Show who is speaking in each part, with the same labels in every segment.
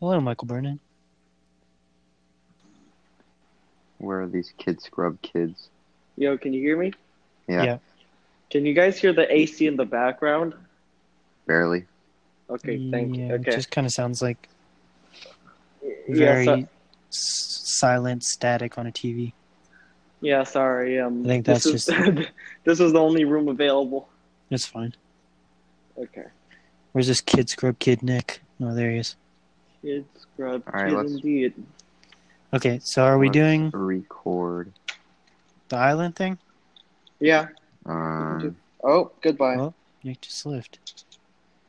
Speaker 1: Hello, Michael Brennan.
Speaker 2: Where are these kid scrub kids?
Speaker 3: Yo, can you hear me?
Speaker 2: Yeah,
Speaker 1: Yeah.
Speaker 3: Can you guys hear the AC in the background?
Speaker 2: barely.
Speaker 3: Okay, thank you.
Speaker 1: Yeah,
Speaker 3: Okay.
Speaker 1: It just kind of sounds like
Speaker 3: yeah,
Speaker 1: very
Speaker 3: so-
Speaker 1: s- silent static on a TV.
Speaker 3: yeah, sorry. Um,
Speaker 1: I think
Speaker 3: this
Speaker 1: that's
Speaker 3: is, this was the only room available.
Speaker 1: It's fine.
Speaker 3: Okay.
Speaker 1: Where's this kid scrub kid Nick? Oh, there he is.
Speaker 3: Kid scrub
Speaker 2: All right,
Speaker 3: kid
Speaker 2: let's-
Speaker 3: indeed.
Speaker 1: Okay, so are we
Speaker 2: Let's
Speaker 1: doing
Speaker 2: Record.
Speaker 1: the island thing?
Speaker 3: Yeah.
Speaker 2: Um,
Speaker 3: Oh, goodbye.
Speaker 1: Oh. Nick just left.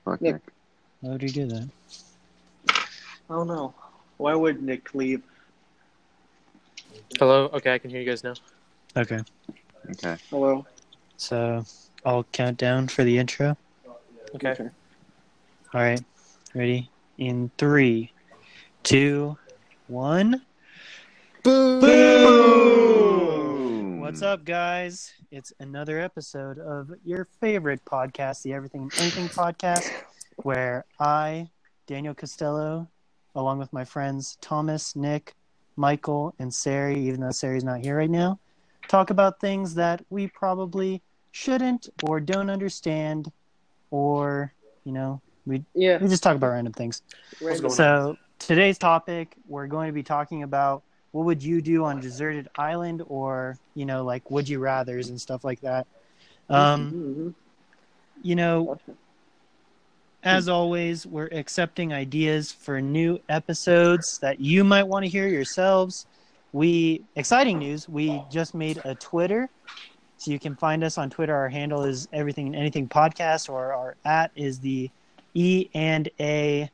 Speaker 2: fuck
Speaker 3: Nick.
Speaker 2: Nick.
Speaker 1: Why would he do that?
Speaker 3: Oh no. Why would Nick leave?
Speaker 4: Hello. Okay, I can hear you guys now.
Speaker 1: Okay,
Speaker 2: Okay.
Speaker 3: Hello.
Speaker 1: so I'll count down for the intro.
Speaker 4: Okay.
Speaker 1: All right, ready? In three, two, one. Boom!
Speaker 2: Boom!
Speaker 1: What's up, guys? It's another episode of your favorite podcast, the Everything and Anything podcast, where I, Daniel Costello, along with my friends Thomas, Nick, Michael, and Sari, even though Sari's not here right now, talk about things that we probably shouldn't or don't understand, or, you know,
Speaker 3: Yeah.
Speaker 1: we just talk about random things.
Speaker 4: What's
Speaker 3: Random.
Speaker 4: going
Speaker 1: So today's topic, we're going to be talking about what would you do on a deserted island, or you know, like would you rather's and stuff like that.
Speaker 4: Mm-hmm.
Speaker 1: Um,
Speaker 3: Mhm,
Speaker 1: you know,
Speaker 3: mhm.
Speaker 1: as always, we're accepting ideas for new episodes that you might want to hear yourselves. We exciting news! We just made a Twitter, so you can find us on Twitter. Our handle is Everything and Anything Podcast, or our at is the E and A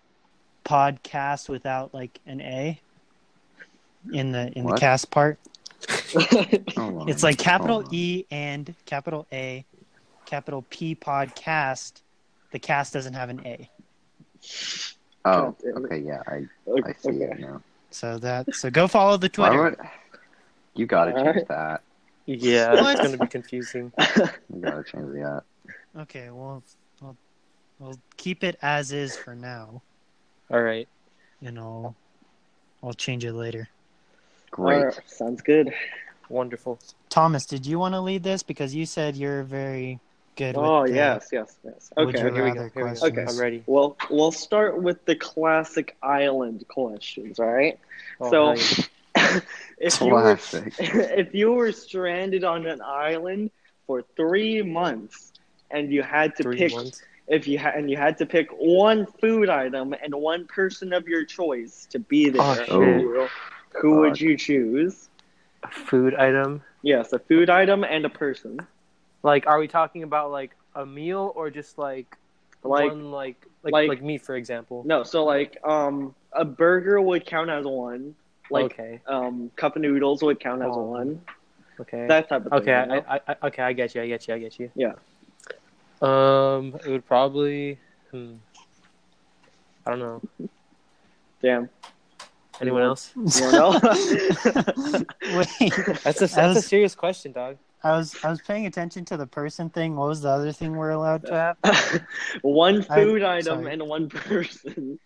Speaker 1: podcast without like an A in the in
Speaker 2: What?
Speaker 1: the cast part.
Speaker 2: Hold on.
Speaker 1: It's like capital
Speaker 2: Hold on.
Speaker 1: E and capital A, capital P podcast. The cast doesn't have an A,
Speaker 2: Oh, okay. Yeah, I, I
Speaker 3: okay.
Speaker 2: see
Speaker 3: okay.
Speaker 2: it now.
Speaker 1: so that so go follow the
Speaker 2: Why
Speaker 1: Twitter.
Speaker 2: would- You gotta change
Speaker 3: Alright.
Speaker 2: that.
Speaker 4: Yeah,
Speaker 1: What?
Speaker 4: it's gonna be confusing.
Speaker 2: You gotta change that.
Speaker 1: Okay, well, we'll we'll keep it as is for now,
Speaker 4: All right.
Speaker 1: and I'll I'll change it later.
Speaker 2: Great.
Speaker 3: Alright, sounds good.
Speaker 4: Wonderful.
Speaker 1: Thomas, did you want to lead this because you said you're very good?
Speaker 3: Oh
Speaker 1: with the-
Speaker 3: yes, yes, yes.
Speaker 1: Would
Speaker 3: Okay.
Speaker 1: you
Speaker 4: Here we
Speaker 1: rather
Speaker 4: go. Here we go.
Speaker 1: questions.
Speaker 4: I'm ready.
Speaker 3: Well, we'll start with the classic island questions. All right.
Speaker 4: Oh,
Speaker 3: So-
Speaker 4: hi.
Speaker 3: if you were
Speaker 2: Classic.
Speaker 3: if you were stranded on an island for three months and you had to
Speaker 4: three
Speaker 3: pick
Speaker 4: months.
Speaker 3: if you ha- and you had to pick one food item and one person of your choice to be there,
Speaker 4: Oh,
Speaker 3: who, who would
Speaker 2: Fuck.
Speaker 3: you choose?
Speaker 4: A food item.
Speaker 3: Yes, a food item and a person.
Speaker 4: Like, are we talking about like a meal or just like
Speaker 3: Like
Speaker 4: one like like
Speaker 3: like-
Speaker 4: like, meat, for example?
Speaker 3: no, so like um a burger would count as one. Like
Speaker 4: okay.
Speaker 3: um cup of noodles would count as
Speaker 4: Oh.
Speaker 3: one.
Speaker 4: Okay.
Speaker 3: That type of thing.
Speaker 4: okay.
Speaker 3: you know?
Speaker 4: I, I, I, okay. I get you. I get you. I get you.
Speaker 3: Yeah.
Speaker 4: Um, it would probably. Hmm, I don't know.
Speaker 3: Damn. Mm-hmm.
Speaker 4: Anyone else?
Speaker 3: You know?
Speaker 1: Wait,
Speaker 4: That's a
Speaker 1: I
Speaker 4: that's a
Speaker 1: was-
Speaker 4: serious question, dog.
Speaker 1: I was I was paying attention to the person thing. What was the other thing we're allowed to have?
Speaker 3: one
Speaker 1: I'm
Speaker 3: food item
Speaker 1: sorry.
Speaker 3: and one person.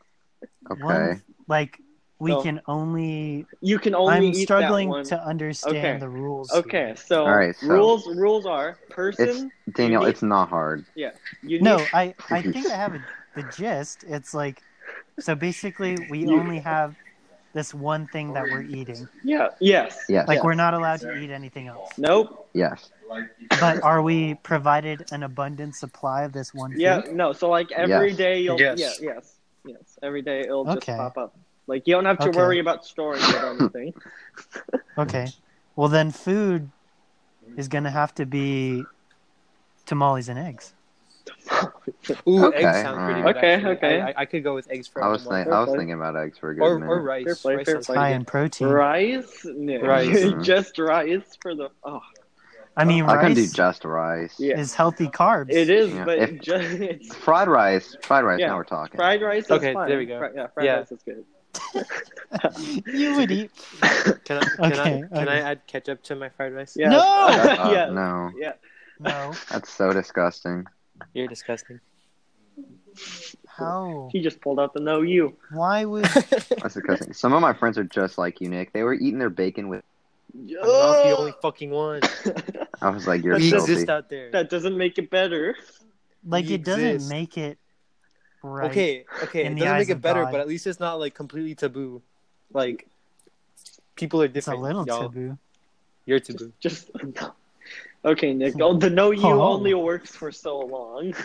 Speaker 2: Okay.
Speaker 1: One, like we
Speaker 3: So-
Speaker 1: can only.
Speaker 3: You can only
Speaker 1: I'm
Speaker 3: eat that
Speaker 1: struggling
Speaker 3: one.
Speaker 1: to understand
Speaker 3: Okay.
Speaker 1: the rules. here.
Speaker 3: Okay, so,
Speaker 2: All right, so-
Speaker 3: rules rules are person.
Speaker 2: Daniel,
Speaker 3: need-
Speaker 2: it's not hard.
Speaker 3: You
Speaker 1: No,
Speaker 3: need-
Speaker 1: I I think I have a, the gist. It's like, so basically, we only have this one thing that we're eating.
Speaker 3: yeah. Yes.
Speaker 2: Yes.
Speaker 1: Like we're not allowed to eat anything else.
Speaker 3: Nope.
Speaker 2: Yes.
Speaker 1: But are we provided an abundant supply of this one?
Speaker 3: Yeah.
Speaker 1: Food?
Speaker 3: No. So like every
Speaker 2: Yes.
Speaker 3: day you'll
Speaker 4: Yes.
Speaker 3: yeah yes yes every day it'll just
Speaker 1: Okay.
Speaker 3: pop up. Like you don't have to
Speaker 1: Okay.
Speaker 3: worry about storing it or anything.
Speaker 1: Okay. Well, then food is gonna have to be tamales and eggs.
Speaker 4: Ooh,
Speaker 2: Okay,
Speaker 4: eggs sound pretty good.
Speaker 3: alright. Okay,
Speaker 4: actually.
Speaker 3: okay.
Speaker 4: I, I, I "Oh, could go with eggs for
Speaker 2: I was
Speaker 4: omelet.
Speaker 2: thinking. I was
Speaker 3: Okay.
Speaker 2: thinking about eggs for a good
Speaker 4: or,
Speaker 2: minute.
Speaker 4: or rice.
Speaker 3: Fair play,
Speaker 4: rice
Speaker 3: fair
Speaker 4: sounds
Speaker 3: play.
Speaker 4: pretty
Speaker 1: High
Speaker 4: good.
Speaker 1: in protein.
Speaker 3: Rice, no.
Speaker 4: Rice.
Speaker 3: just rice for the oh
Speaker 1: I mean,
Speaker 2: I can do
Speaker 1: rice
Speaker 2: just rice.
Speaker 3: yeah
Speaker 1: is healthy carbs.
Speaker 3: it is
Speaker 2: Yeah,
Speaker 3: but
Speaker 2: if-
Speaker 3: just it's
Speaker 2: Fried rice. Fried rice.
Speaker 3: Yeah.
Speaker 2: Now we're talking.
Speaker 3: fried rice. Is
Speaker 4: Okay,
Speaker 3: fine.
Speaker 4: there we go.
Speaker 3: Fri- yeah, fried
Speaker 4: Yeah.
Speaker 3: rice is good.
Speaker 1: You would eat.
Speaker 4: Can I, can,
Speaker 1: Okay,
Speaker 4: I, can
Speaker 1: okay.
Speaker 4: I add ketchup to my fried rice?
Speaker 3: Yeah.
Speaker 1: No!
Speaker 2: Uh,
Speaker 3: yeah.
Speaker 2: No,
Speaker 3: Yeah.
Speaker 1: No.
Speaker 2: that's so disgusting.
Speaker 4: You're disgusting.
Speaker 1: How?
Speaker 3: He just pulled out the no you.
Speaker 1: Why would?
Speaker 2: That's disgusting. Some of my friends are just like you, Nick. They were eating their bacon with.
Speaker 4: I'm not the only fucking one.
Speaker 2: I was like, you're
Speaker 3: That's
Speaker 4: You
Speaker 3: just-
Speaker 2: filthy.
Speaker 4: exist out there.
Speaker 3: that doesn't make it better.
Speaker 1: Like
Speaker 4: You
Speaker 1: it doesn't
Speaker 4: exist.
Speaker 1: make it right.
Speaker 4: Okay, okay,
Speaker 1: In
Speaker 4: it
Speaker 1: the
Speaker 4: doesn't
Speaker 1: eyes
Speaker 4: make it
Speaker 1: of
Speaker 4: better,
Speaker 1: God.
Speaker 4: but at least it's not like completely taboo. Like people are
Speaker 1: it's a
Speaker 4: different.
Speaker 1: little
Speaker 4: y'all.
Speaker 1: taboo.
Speaker 4: You're
Speaker 3: Just,
Speaker 4: taboo.
Speaker 3: just no. Okay, Nick. Oh, the no you
Speaker 1: Oh.
Speaker 3: only works for so long.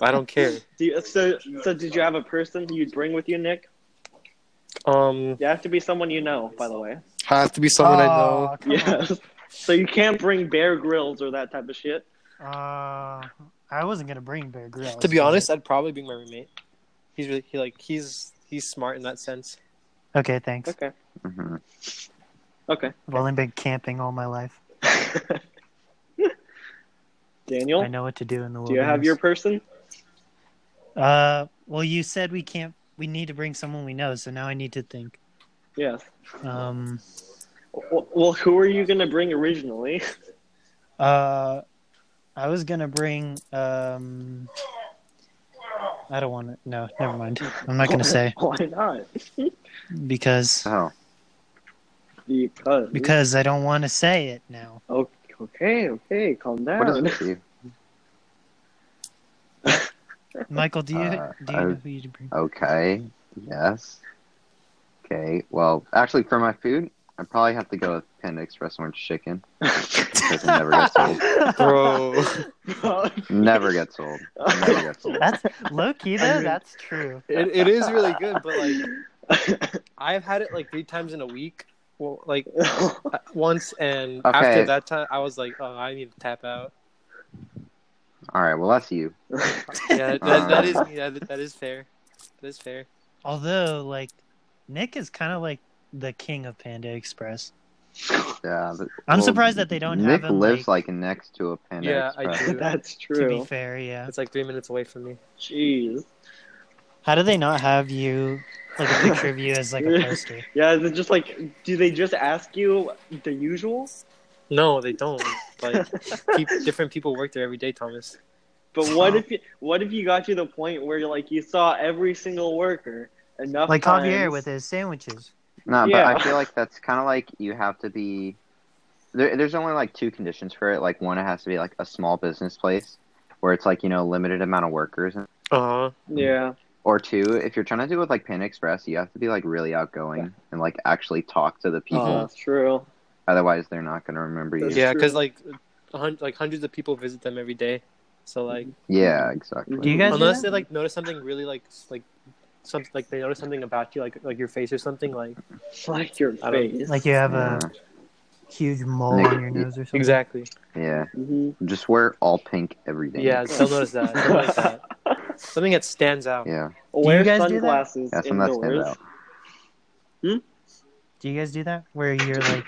Speaker 4: I don't care.
Speaker 3: Do you, so, so did you have a person you'd bring with you, Nick?
Speaker 4: Um,
Speaker 3: You have to be someone you know, by the way.
Speaker 4: has to be someone I know.
Speaker 1: Aw, Oh, come
Speaker 3: Yeah. So you can't bring Bear Grylls or that type of shit.
Speaker 1: on. Uh, I wasn't gonna bring Bear Grylls.
Speaker 4: To be
Speaker 1: but-
Speaker 4: honest, I'd probably be my roommate. He's really he like he's he's smart in that sense.
Speaker 1: Okay, thanks.
Speaker 3: Okay.
Speaker 2: Mhm.
Speaker 3: Okay.
Speaker 1: I've only been camping all my life.
Speaker 3: Daniel,
Speaker 1: I know what to do in the
Speaker 3: do you have your
Speaker 1: wilderness.
Speaker 3: person?
Speaker 1: Uh, well, you said we can't. We need to bring someone we know. So now I need to think.
Speaker 3: Yes.
Speaker 1: Um.
Speaker 3: W- Well, who are you gonna bring originally?
Speaker 1: Uh, I was gonna bring. Um, I don't want to. No, never mind. I'm not gonna say
Speaker 3: Why not?
Speaker 1: because
Speaker 2: Oh,
Speaker 3: Because.
Speaker 1: because I don't want to say it now.
Speaker 3: O- Okay. Okay. Calm
Speaker 2: what is
Speaker 3: down.
Speaker 2: it? Steve?
Speaker 1: Michael, do you
Speaker 2: Uh,
Speaker 1: do you
Speaker 2: I-
Speaker 1: know who you bring?
Speaker 2: Okay. Yes. Okay. Well, actually, for my food, I probably have to go with Panda Express orange chicken because it never gets old.
Speaker 4: Bro.
Speaker 2: Never gets old. Never gets old.
Speaker 1: That's low key
Speaker 4: I
Speaker 1: though.
Speaker 4: mean-
Speaker 1: That's true.
Speaker 4: it, it is really good, but like I've had it like three times in a week. Well, like uh, once, and
Speaker 2: Okay.
Speaker 4: after that time, I was like, oh, I need to tap out.
Speaker 2: All right. Well, that's you.
Speaker 4: Yeah, that, that is yeah, that, that is fair. That is fair.
Speaker 1: Although, like, Nick is kind of like the king of Panda Express.
Speaker 2: Yeah. but-
Speaker 1: I'm
Speaker 2: well,
Speaker 1: surprised that they don't
Speaker 2: Nick
Speaker 1: have him.
Speaker 2: lives
Speaker 1: like,
Speaker 2: like, next to a Panda
Speaker 4: Yeah, I
Speaker 2: Express.
Speaker 4: do.
Speaker 3: That's
Speaker 1: to be
Speaker 3: true.
Speaker 1: fair, yeah.
Speaker 4: It's like three minutes away from me.
Speaker 3: Jeez.
Speaker 1: How do they not have you like a picture of you as like a poster?
Speaker 3: Yeah. Is it just like? Do they just ask you the usual?
Speaker 4: No, they don't. Like peop different people work there every day, Thomas.
Speaker 3: But what if you, what if you got to the point where like you saw every single worker enough
Speaker 1: Like
Speaker 3: times?
Speaker 1: Javier with his sandwiches.
Speaker 2: No,
Speaker 3: Yeah.
Speaker 2: but I feel like that's kind of like you have to be. There, there's only like two conditions for it. Like one, it has to be like a small business place where it's like you know limited amount of workers,
Speaker 4: Uh huh.
Speaker 3: Yeah.
Speaker 2: or two, if you're trying to do it with like Panda Express, you have to be like really outgoing and like actually talk to the people.
Speaker 1: Mm-hmm.
Speaker 3: Oh, that's true.
Speaker 2: Otherwise, they're not gonna remember you.
Speaker 3: That's
Speaker 4: Yeah,
Speaker 3: true.
Speaker 4: because like, a hun- like hundreds of people visit them every day. So like,
Speaker 2: Yeah, exactly.
Speaker 1: Do you
Speaker 3: Mm-hmm.
Speaker 1: guys do
Speaker 4: unless
Speaker 1: that?
Speaker 4: they like notice something really like s- like some like they notice something about you like like your face or something like
Speaker 3: Like your
Speaker 4: I don't-
Speaker 3: face.
Speaker 1: Like you have
Speaker 2: yeah.
Speaker 1: a huge mole
Speaker 2: Nick,
Speaker 1: on your nose or something.
Speaker 4: exactly
Speaker 2: yeah,
Speaker 3: Mhm.
Speaker 2: just wear all pink every day.
Speaker 4: yeah they'll notice that, they'll notice that. something that stands out
Speaker 2: yeah,
Speaker 3: Wear
Speaker 1: guys do that?
Speaker 3: sunglasses
Speaker 2: that's when that stands
Speaker 3: indoors.
Speaker 2: out.
Speaker 1: Do you guys do that where you're like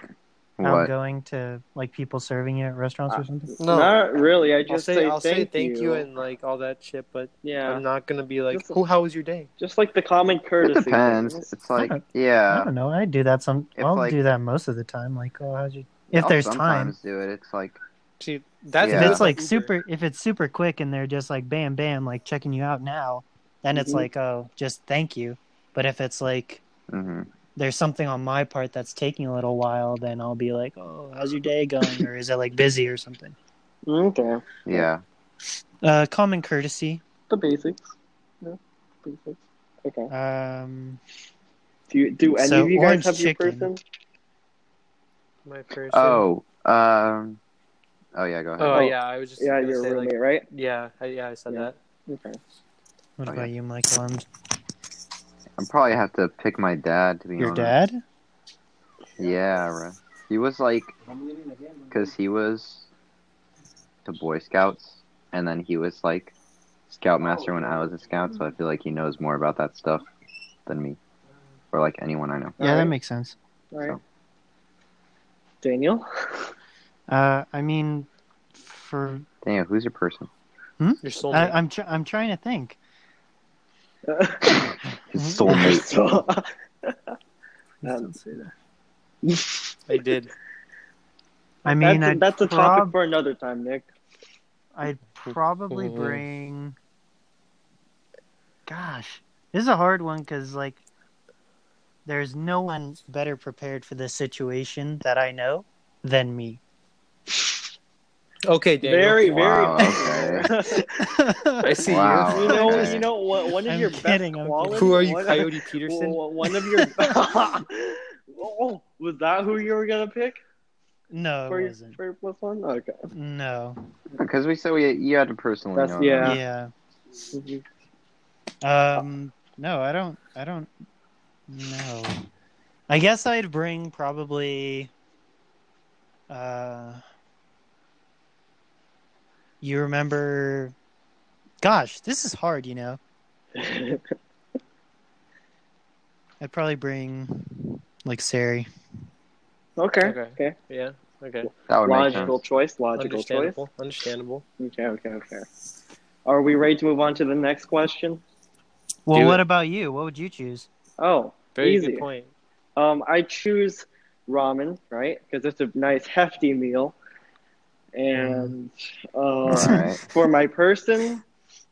Speaker 2: What? Uh,
Speaker 1: outgoing to like people serving you at restaurants or something?
Speaker 4: no
Speaker 3: Not really. I
Speaker 4: I'll
Speaker 3: just
Speaker 4: say,
Speaker 3: say,
Speaker 4: I'll
Speaker 3: thank
Speaker 4: say thank
Speaker 3: you.
Speaker 4: you. and like all that shit but
Speaker 3: yeah,
Speaker 4: I'm not gonna be like
Speaker 3: Just-
Speaker 4: who how was your day
Speaker 3: just like the common
Speaker 2: It
Speaker 3: courtesy.
Speaker 2: depends.
Speaker 3: things.
Speaker 2: It's like
Speaker 1: Okay. I
Speaker 2: yeah.
Speaker 1: don't know. I do that some.
Speaker 2: If,
Speaker 1: I'll
Speaker 2: like-
Speaker 1: do that most of the time. Like, oh, how's your? If
Speaker 2: I'll
Speaker 1: there's time,
Speaker 2: sometimes do it. It's like
Speaker 4: See, that's
Speaker 2: Yeah.
Speaker 1: if it's
Speaker 4: that's
Speaker 1: like
Speaker 4: Uber.
Speaker 1: super, if it's super quick and they're just like bam, bam, like checking you out now, then it's
Speaker 3: Mhm.
Speaker 1: like oh, just thank you. But if it's like
Speaker 2: hmm
Speaker 1: there's something on my part that's taking a little while, then I'll be like, oh, how's your day going? or is it like busy or something?
Speaker 3: Okay,
Speaker 2: yeah.
Speaker 1: Uh, common courtesy.
Speaker 3: the basics. Yeah, basics. Okay.
Speaker 1: Um,
Speaker 3: Do you, do any
Speaker 1: So,
Speaker 3: of you
Speaker 1: orange
Speaker 3: guys have your
Speaker 1: chicken.
Speaker 3: person?
Speaker 4: my person.
Speaker 2: Oh, um, oh yeah. Go ahead.
Speaker 4: oh,
Speaker 3: Oh.
Speaker 4: yeah I was just
Speaker 3: Yeah,
Speaker 4: gonna
Speaker 3: your
Speaker 4: say, like,
Speaker 3: roommate, right?
Speaker 4: yeah I, yeah I said
Speaker 3: Yeah.
Speaker 4: that
Speaker 3: Okay.
Speaker 1: what
Speaker 2: Oh,
Speaker 1: about you, Michael? Um,
Speaker 2: I probably have to pick my dad to be
Speaker 1: your
Speaker 2: honest.
Speaker 1: dad?
Speaker 2: Yeah, right. he was like, because he was the Boy Scouts, and then he was like Scoutmaster when I was a Scout, so I feel like he knows more about that stuff than me, or like anyone I know.
Speaker 1: Yeah, that
Speaker 3: Alright.
Speaker 1: makes sense.
Speaker 3: All right. Daniel.
Speaker 1: Uh, I mean, for
Speaker 2: Damn, who's your person?
Speaker 4: your soulmate
Speaker 1: I, I'm tr- I'm trying to think.
Speaker 2: His
Speaker 1: Mhm.
Speaker 2: soulmate.
Speaker 3: So-
Speaker 1: Um,
Speaker 4: I did
Speaker 1: I mean,
Speaker 3: that's, a-
Speaker 1: I'd,
Speaker 3: that's a
Speaker 1: prob-
Speaker 3: topic for another time, Nick.
Speaker 1: I'd probably
Speaker 4: Mhm.
Speaker 1: bring. gosh, this is a hard one because like there's no one better prepared for this situation that I know than me.
Speaker 4: Okay, Daniel.
Speaker 3: Very,
Speaker 2: Wow,
Speaker 3: very.
Speaker 4: I see
Speaker 2: Wow.
Speaker 4: you.
Speaker 3: you know,
Speaker 2: okay.
Speaker 3: you know what? One of
Speaker 1: I'm
Speaker 3: your
Speaker 1: kidding, I'm
Speaker 3: best qualities.
Speaker 4: Who are you,
Speaker 3: one-
Speaker 4: Coyote Peterson?
Speaker 3: Well, One of your. oh, was that who you were gonna pick
Speaker 1: No,
Speaker 3: for
Speaker 1: it
Speaker 3: your
Speaker 1: wasn't.
Speaker 3: for your plus one? Okay.
Speaker 1: No.
Speaker 2: Because we said we you had to personally
Speaker 3: That's-
Speaker 2: know.
Speaker 3: yeah.
Speaker 1: Yeah. Um. No, I don't. I don't. No. I guess I'd bring probably. Uh. You remember? Gosh, this is hard. You know, I'd probably bring like Sari.
Speaker 3: okay.
Speaker 4: Okay.
Speaker 3: Okay.
Speaker 4: Yeah. Okay.
Speaker 2: That would make
Speaker 3: Logical
Speaker 2: sense.
Speaker 3: choice. Logical choice.
Speaker 4: Understandable. Understandable.
Speaker 3: Okay. Okay. Okay. Are we ready to move on to the next question?
Speaker 1: Well,
Speaker 4: Do
Speaker 1: what
Speaker 4: it.
Speaker 1: about you? What would you choose?
Speaker 3: Oh,
Speaker 4: Very
Speaker 3: Easy.
Speaker 4: good point.
Speaker 3: Um, I choose ramen, right? Because it's a nice hefty meal. And uh,
Speaker 2: Alright.
Speaker 3: for my person,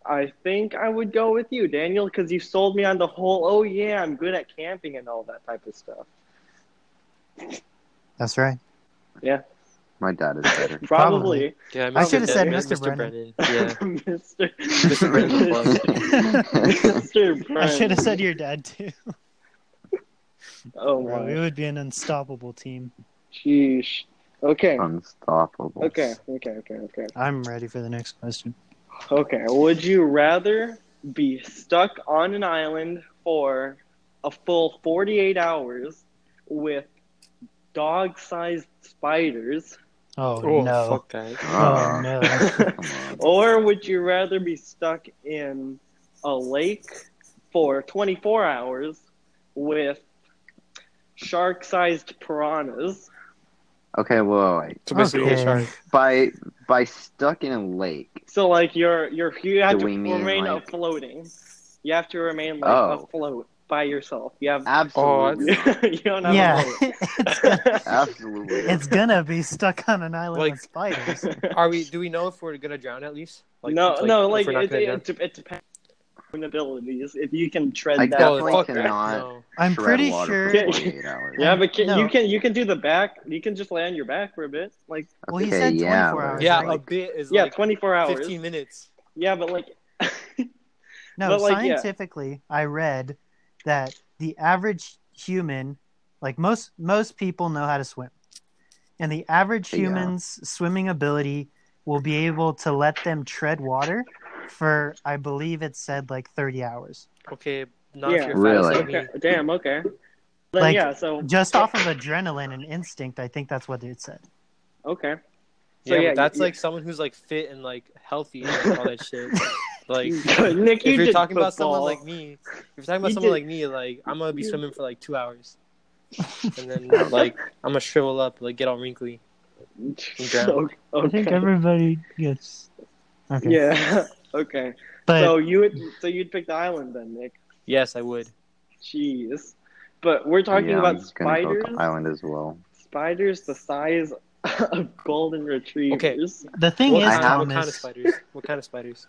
Speaker 3: I think I would go with you, Daniel, because you sold me on the whole. Oh yeah, I'm good at camping and all that type of stuff.
Speaker 1: That's right.
Speaker 2: My dad is better.
Speaker 3: Probably,
Speaker 4: Yeah,
Speaker 1: I should've said
Speaker 4: Brennan-
Speaker 1: Mr. Brennan.
Speaker 4: Yeah.
Speaker 3: Mister.
Speaker 4: Mr. Brennan Plus.
Speaker 3: Mister.
Speaker 1: I should have
Speaker 3: Brennan.
Speaker 1: said your dad too.
Speaker 3: Oh
Speaker 1: Bro, it
Speaker 3: my.
Speaker 1: would be an unstoppable team.
Speaker 3: Sheesh. Okay.
Speaker 2: Unstoppable.
Speaker 3: Okay. Okay. Okay. Okay.
Speaker 1: I'm ready for the next question.
Speaker 3: Okay. Would you rather be stuck on an island for a full 48 hours with dog sized spiders,
Speaker 1: Oh,
Speaker 4: Oh,
Speaker 1: no.
Speaker 4: fuck that.
Speaker 1: Oh
Speaker 2: Ah,
Speaker 1: no.
Speaker 2: come on.
Speaker 3: or would you rather be stuck in a lake for 24 hours with shark sized piranhas?
Speaker 2: Okay, whoa, wait.
Speaker 4: So basically,
Speaker 1: Okay.
Speaker 4: a shark.
Speaker 2: By by stuck in a lake.
Speaker 3: So, like, you're, you're, you have
Speaker 2: Do
Speaker 3: to
Speaker 2: we mean,
Speaker 3: remain
Speaker 2: like-
Speaker 3: floating. You have to remain like
Speaker 2: Oh. Uh,
Speaker 3: afloat by yourself. You have
Speaker 2: Absolutely.
Speaker 3: you don't have
Speaker 1: yeah,
Speaker 3: a boat.
Speaker 1: it's, gonna,
Speaker 2: Absolutely.
Speaker 1: it's gonna be stuck on an island
Speaker 4: Like-
Speaker 1: with spiders.
Speaker 4: Are we? Do we know if we're gonna drown at least?
Speaker 3: no, no,
Speaker 4: if
Speaker 3: like
Speaker 4: we're not
Speaker 3: it,
Speaker 4: gonna drown?
Speaker 3: it, it, it depends on abilities. If you can tread
Speaker 2: I
Speaker 3: that,
Speaker 2: definitely
Speaker 4: Oh, fuck
Speaker 3: far.
Speaker 4: that.
Speaker 2: cannot.
Speaker 4: No.
Speaker 1: I'm
Speaker 2: Shred
Speaker 1: pretty
Speaker 2: water
Speaker 1: sure.
Speaker 2: for
Speaker 3: Yeah.
Speaker 2: 48 hours.
Speaker 3: Yeah, but can,
Speaker 1: No.
Speaker 3: you can you can do the back. You can just lay on your back for a bit. Like
Speaker 1: Well, he
Speaker 2: Okay,
Speaker 1: said 24
Speaker 2: yeah,
Speaker 1: hours.
Speaker 4: Yeah, a
Speaker 1: right?
Speaker 4: bit is
Speaker 3: yeah,
Speaker 4: like
Speaker 3: twenty four hours.
Speaker 4: 15 minutes.
Speaker 3: Yeah, but like
Speaker 1: no,
Speaker 3: but, like, yeah.
Speaker 1: scientifically, I read that the average human, like most most people, know how to swim, and the average
Speaker 2: Yeah.
Speaker 1: human's swimming ability will be able to let them tread water for, I believe it said like 30 hours,
Speaker 4: Okay, not
Speaker 3: Yeah.
Speaker 4: if you're
Speaker 2: Really?
Speaker 4: fast like
Speaker 3: okay, damn, okay. Then
Speaker 1: Like,
Speaker 3: yeah, so
Speaker 1: just off of adrenaline and instinct. I think that's what it said.
Speaker 3: okay. So,
Speaker 4: yeah,
Speaker 3: yeah,
Speaker 4: but that's
Speaker 3: you-
Speaker 4: like someone who's like fit and like healthy and like, all that shit. Like,
Speaker 3: Nick, you
Speaker 4: if you're
Speaker 3: did
Speaker 4: talking about someone
Speaker 3: football.
Speaker 4: like me, if you're talking about
Speaker 3: You
Speaker 4: someone
Speaker 3: did-
Speaker 4: like me, like I'm gonna be
Speaker 3: you-
Speaker 4: swimming for like two hours, and then like I'm gonna shrivel up, like get all wrinkly.
Speaker 3: So-
Speaker 1: I think
Speaker 3: okay.
Speaker 1: everybody gets. Okay.
Speaker 3: Yeah. Okay.
Speaker 1: But
Speaker 3: so you would so you'd pick the island then, Nick.
Speaker 4: Yes, I would.
Speaker 3: Jeez. But we're talking
Speaker 2: Yeah, I'm
Speaker 3: about
Speaker 2: just gonna go to
Speaker 3: spiders.
Speaker 2: Island as well.
Speaker 3: Spiders the size of golden retrievers.
Speaker 1: the thing
Speaker 4: what,
Speaker 1: is,
Speaker 2: I
Speaker 4: kind,
Speaker 2: have-
Speaker 4: what kind of
Speaker 1: Thomas,
Speaker 4: spiders? What kind of spiders?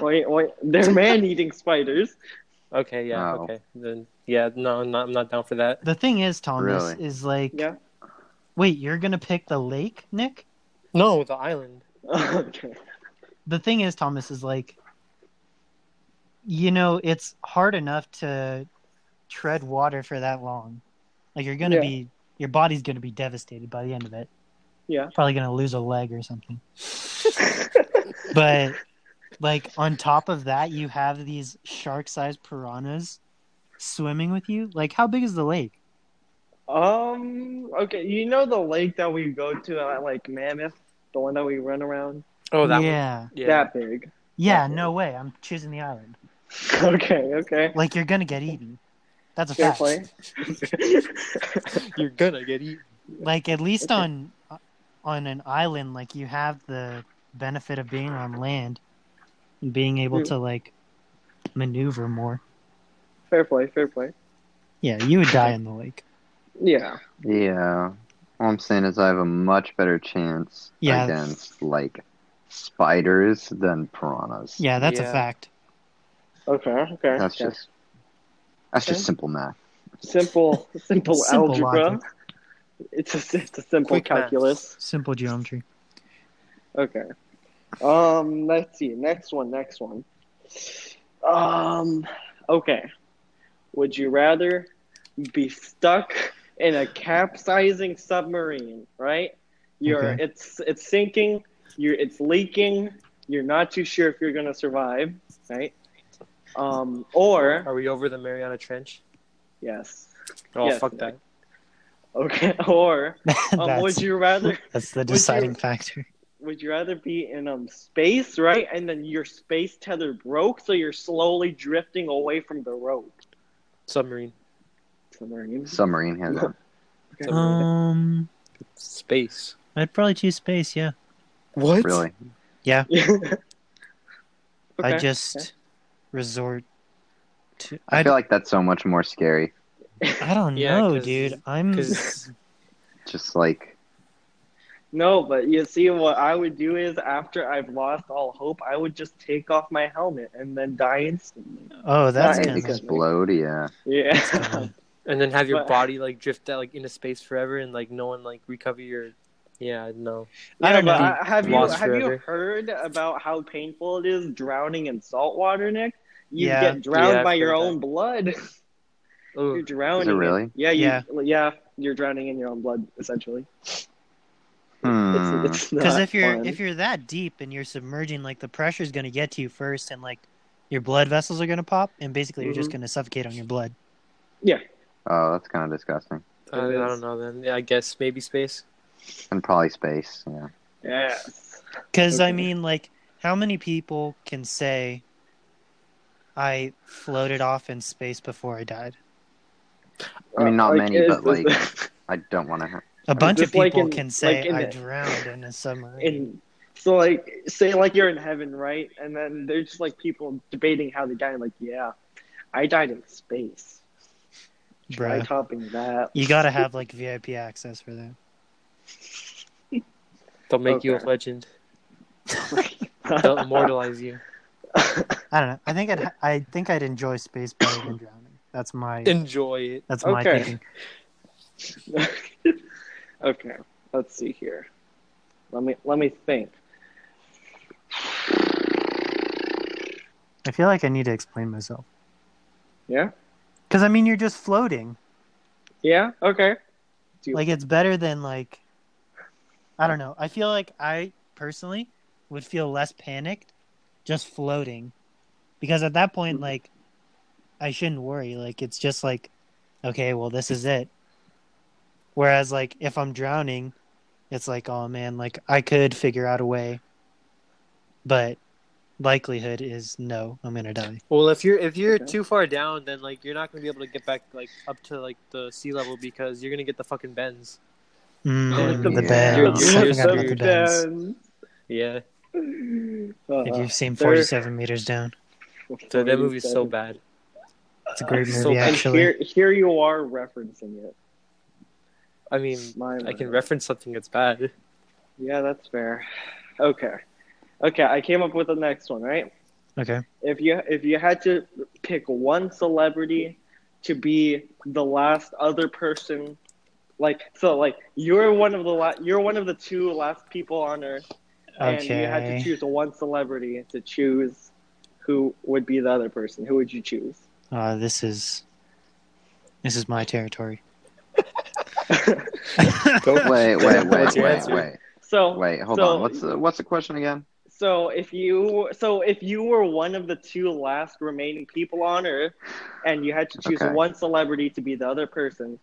Speaker 3: Wait, wait, they're man-eating spiders.
Speaker 4: Okay, yeah,
Speaker 2: Oh.
Speaker 4: okay. Then yeah, no, I'm not, I'm not down for that.
Speaker 1: the thing is, Thomas
Speaker 2: Really?
Speaker 1: is like,
Speaker 3: Yeah.
Speaker 1: wait, you're gonna pick the lake, Nick?
Speaker 4: No, the island.
Speaker 3: okay.
Speaker 1: The thing is, Thomas is like, you know, it's hard enough to tread water for that long. Like you're gonna
Speaker 3: Yeah.
Speaker 1: be, your body's gonna be devastated by the end of it.
Speaker 3: Yeah.
Speaker 1: probably gonna lose a leg or something. but like on top of that, you have these shark-sized piranhas swimming with you. Like, how big is the lake?
Speaker 3: Um. Okay. You know the lake that we go to at like Mammoth, the one that we run around.
Speaker 4: Oh, that one.
Speaker 1: yeah,
Speaker 4: Yeah.
Speaker 3: That big.
Speaker 1: yeah, no way. I'm choosing the island.
Speaker 3: Okay. Okay.
Speaker 1: Like, you're gonna get eaten. That's a
Speaker 3: Fair
Speaker 1: fact.
Speaker 3: play.
Speaker 4: You're gonna get eaten.
Speaker 1: Like, at least
Speaker 3: Okay.
Speaker 1: on on an island, like you have the benefit of being on land and being able
Speaker 3: Mm.
Speaker 1: to like maneuver more.
Speaker 3: fair play. Fair play.
Speaker 1: Yeah, you would die in the lake.
Speaker 3: Yeah.
Speaker 2: Yeah. All I'm saying is I have a much better chance
Speaker 1: Yeah.
Speaker 2: against like spiders than piranhas.
Speaker 1: Yeah, that's a
Speaker 4: Yeah.
Speaker 1: fact.
Speaker 3: Okay, okay.
Speaker 2: That's
Speaker 3: okay.
Speaker 2: just that's
Speaker 3: Okay.
Speaker 2: just simple math.
Speaker 3: simple, simple,
Speaker 1: Simple
Speaker 3: algebra.
Speaker 1: logic.
Speaker 3: It's a it's a simple
Speaker 4: Quick math.
Speaker 3: calculus.
Speaker 1: Simple geometry.
Speaker 3: Okay. Um. Let's see. Next one. Next one. Um. Okay. Would you rather be stuck in a capsizing submarine? Right. You're.
Speaker 1: Okay.
Speaker 3: It's it's sinking. You're. It's leaking. You're not too sure if you're gonna survive. Right. Um. Or
Speaker 4: Are we over the Mariana Trench?
Speaker 3: yes.
Speaker 4: Oh,
Speaker 3: Yes,
Speaker 4: fuck
Speaker 3: Nick.
Speaker 4: that.
Speaker 3: Okay. Or um, would
Speaker 1: that's,
Speaker 3: you rather?
Speaker 1: that's the
Speaker 3: would you-
Speaker 1: deciding factor.
Speaker 3: would you rather be in um space, right? And then your space tether broke, so you're slowly drifting away from the rope.
Speaker 4: Submarine.
Speaker 3: Submarine.
Speaker 2: Submarine has a
Speaker 3: Okay.
Speaker 4: Submarine.
Speaker 1: Um,
Speaker 4: Space.
Speaker 1: I'd probably choose space. Yeah,
Speaker 4: What?
Speaker 2: really
Speaker 3: okay.
Speaker 1: I just
Speaker 3: okay.
Speaker 1: resort to.
Speaker 2: I
Speaker 1: I,
Speaker 2: feel like that's so much more scary.
Speaker 1: I don't
Speaker 4: Yeah,
Speaker 1: know,
Speaker 4: 'cause-
Speaker 1: dude. I'm.
Speaker 4: 'cause-
Speaker 2: Just like
Speaker 3: no, but you see, what I would do is after I've lost all hope, I would just take off my helmet and then die instantly.
Speaker 1: Oh, that's
Speaker 3: Nice.
Speaker 1: kind of.
Speaker 2: explode, yeah.
Speaker 3: Yeah.
Speaker 4: And then have your
Speaker 3: But-
Speaker 4: body like drift out like into space forever and like no one like recover your. Yeah, no.
Speaker 1: I don't
Speaker 3: Yeah,
Speaker 1: know.
Speaker 3: but Have you
Speaker 4: Lost
Speaker 3: have you
Speaker 4: forever.
Speaker 3: heard about how painful it is drowning in salt water, Nick? You
Speaker 1: Yeah.
Speaker 3: get drowned
Speaker 4: Yeah, I've
Speaker 3: by your
Speaker 4: heard
Speaker 3: own blood. You're
Speaker 4: Ugh.
Speaker 3: drowning.
Speaker 2: Is it
Speaker 3: in-
Speaker 2: really?
Speaker 3: Yeah, you, yeah,
Speaker 1: Yeah.
Speaker 3: You're drowning in your own blood, essentially.
Speaker 2: Hmm.
Speaker 3: It's, it's
Speaker 1: Because
Speaker 3: not
Speaker 1: if you're
Speaker 3: fun.
Speaker 1: if you're that deep and you're submerging, like the pressure's going to get to you first, and like your blood vessels are going to pop, and basically you're
Speaker 3: Mm-hmm.
Speaker 1: just going to suffocate on your blood.
Speaker 2: Oh, that's kind of disgusting.
Speaker 4: Uh, I don't know then. Yeah, I guess maybe space.
Speaker 2: And probably space. Yeah.
Speaker 3: yes,
Speaker 1: Because I
Speaker 3: Okay.
Speaker 1: mean, like, how many people can say, "I floated off in space before I died"?
Speaker 2: I mean, not
Speaker 3: Uh,
Speaker 2: many,
Speaker 3: is
Speaker 2: but,
Speaker 3: this-
Speaker 2: I don't want to.
Speaker 1: A bunch of
Speaker 3: just like
Speaker 1: people
Speaker 3: in-
Speaker 1: can say,
Speaker 3: like in
Speaker 1: "I
Speaker 3: the-
Speaker 1: drowned in a submarine."
Speaker 3: and so like say like you're in heaven, right? And then there's just like people debating how they died. Like, yeah, I died in space. Try
Speaker 1: Bruh.
Speaker 3: topping that.
Speaker 1: You got to have like VIP access for that.
Speaker 4: They'll make you a
Speaker 3: Okay.
Speaker 4: legend. They'll immortalize you.
Speaker 1: I don't know. I think I'd ha- I think I'd enjoy space better than drowning. That's my
Speaker 4: Enjoy it.
Speaker 1: that's my
Speaker 3: Okay.
Speaker 1: thinking.
Speaker 3: okay, let's see here. Let me let me think.
Speaker 1: I feel like I need to explain myself
Speaker 3: Yeah,
Speaker 1: because I mean, you're just floating.
Speaker 3: yeah, okay. Do you-
Speaker 1: like it's better than like i don't know i feel like i personally would feel less panicked just floating because at that point
Speaker 3: Mhm.
Speaker 1: like i shouldn't worry like it's just like okay well this is it whereas like if i'm drowning it's like oh man like i could figure out a way but likelihood is no i'm gonna die
Speaker 4: Well, if you're if you're
Speaker 3: Okay.
Speaker 4: too far down, then like you're not gonna be able to get back like up to like the sea level because you're gonna get the fucking bends.
Speaker 1: Mm,
Speaker 2: the
Speaker 1: the
Speaker 2: Yeah.
Speaker 1: bends.
Speaker 2: you're-
Speaker 1: I
Speaker 4: Oh, you're
Speaker 1: forgot about
Speaker 4: so
Speaker 1: the bends.
Speaker 4: Yeah,
Speaker 3: Uh,
Speaker 1: If you've seen
Speaker 3: They're-
Speaker 1: 47 meters down,
Speaker 4: so that movie's so bad.
Speaker 1: it's a great movie,
Speaker 4: So- and
Speaker 3: And
Speaker 1: actually.
Speaker 3: here, here you are referencing it.
Speaker 4: I mean,
Speaker 3: My
Speaker 4: I can
Speaker 3: word.
Speaker 4: reference something that's bad.
Speaker 3: Yeah, that's fair. Okay, okay. I came up with the next one. Right?
Speaker 1: Okay.
Speaker 3: If you if you had to pick one celebrity to be the last other person, like so, like you're one of the la- you're one of the two last people on Earth, and
Speaker 1: Okay.
Speaker 3: you had to choose one celebrity to choose who would be the other person. Who would you choose?
Speaker 1: Uh, this is this is my territory.
Speaker 4: Go-
Speaker 2: Wait, wait, wait,
Speaker 4: What's your
Speaker 2: wait,
Speaker 4: answer?
Speaker 2: wait,
Speaker 3: So
Speaker 2: wait. Hold
Speaker 3: so-
Speaker 2: on. What's the what's the question again?
Speaker 3: So if you so if you were one of the two last remaining people on Earth, and you had to choose
Speaker 2: Okay.
Speaker 3: one celebrity to be the other person,